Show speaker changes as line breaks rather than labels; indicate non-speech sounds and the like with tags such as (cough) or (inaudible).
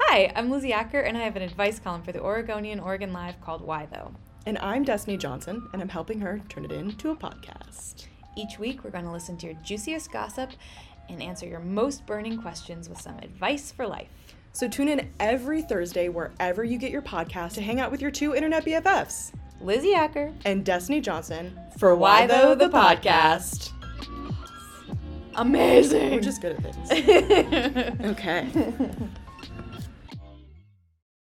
Hi, I'm Lizzie Acker, and I have an advice column for the Oregonian Oregon Live called Why Though.
And I'm Destiny Johnson, and I'm helping her turn it into a podcast.
Each week, we're going to listen to your juiciest gossip and answer your most burning questions with some advice for life.
So tune in every Thursday, wherever you get your podcast, to hang out with your two internet BFFs
Lizzie Acker.
and Destiny Johnson for Why, Though the Podcast.
Amazing. (laughs)
We're just good at things. Okay.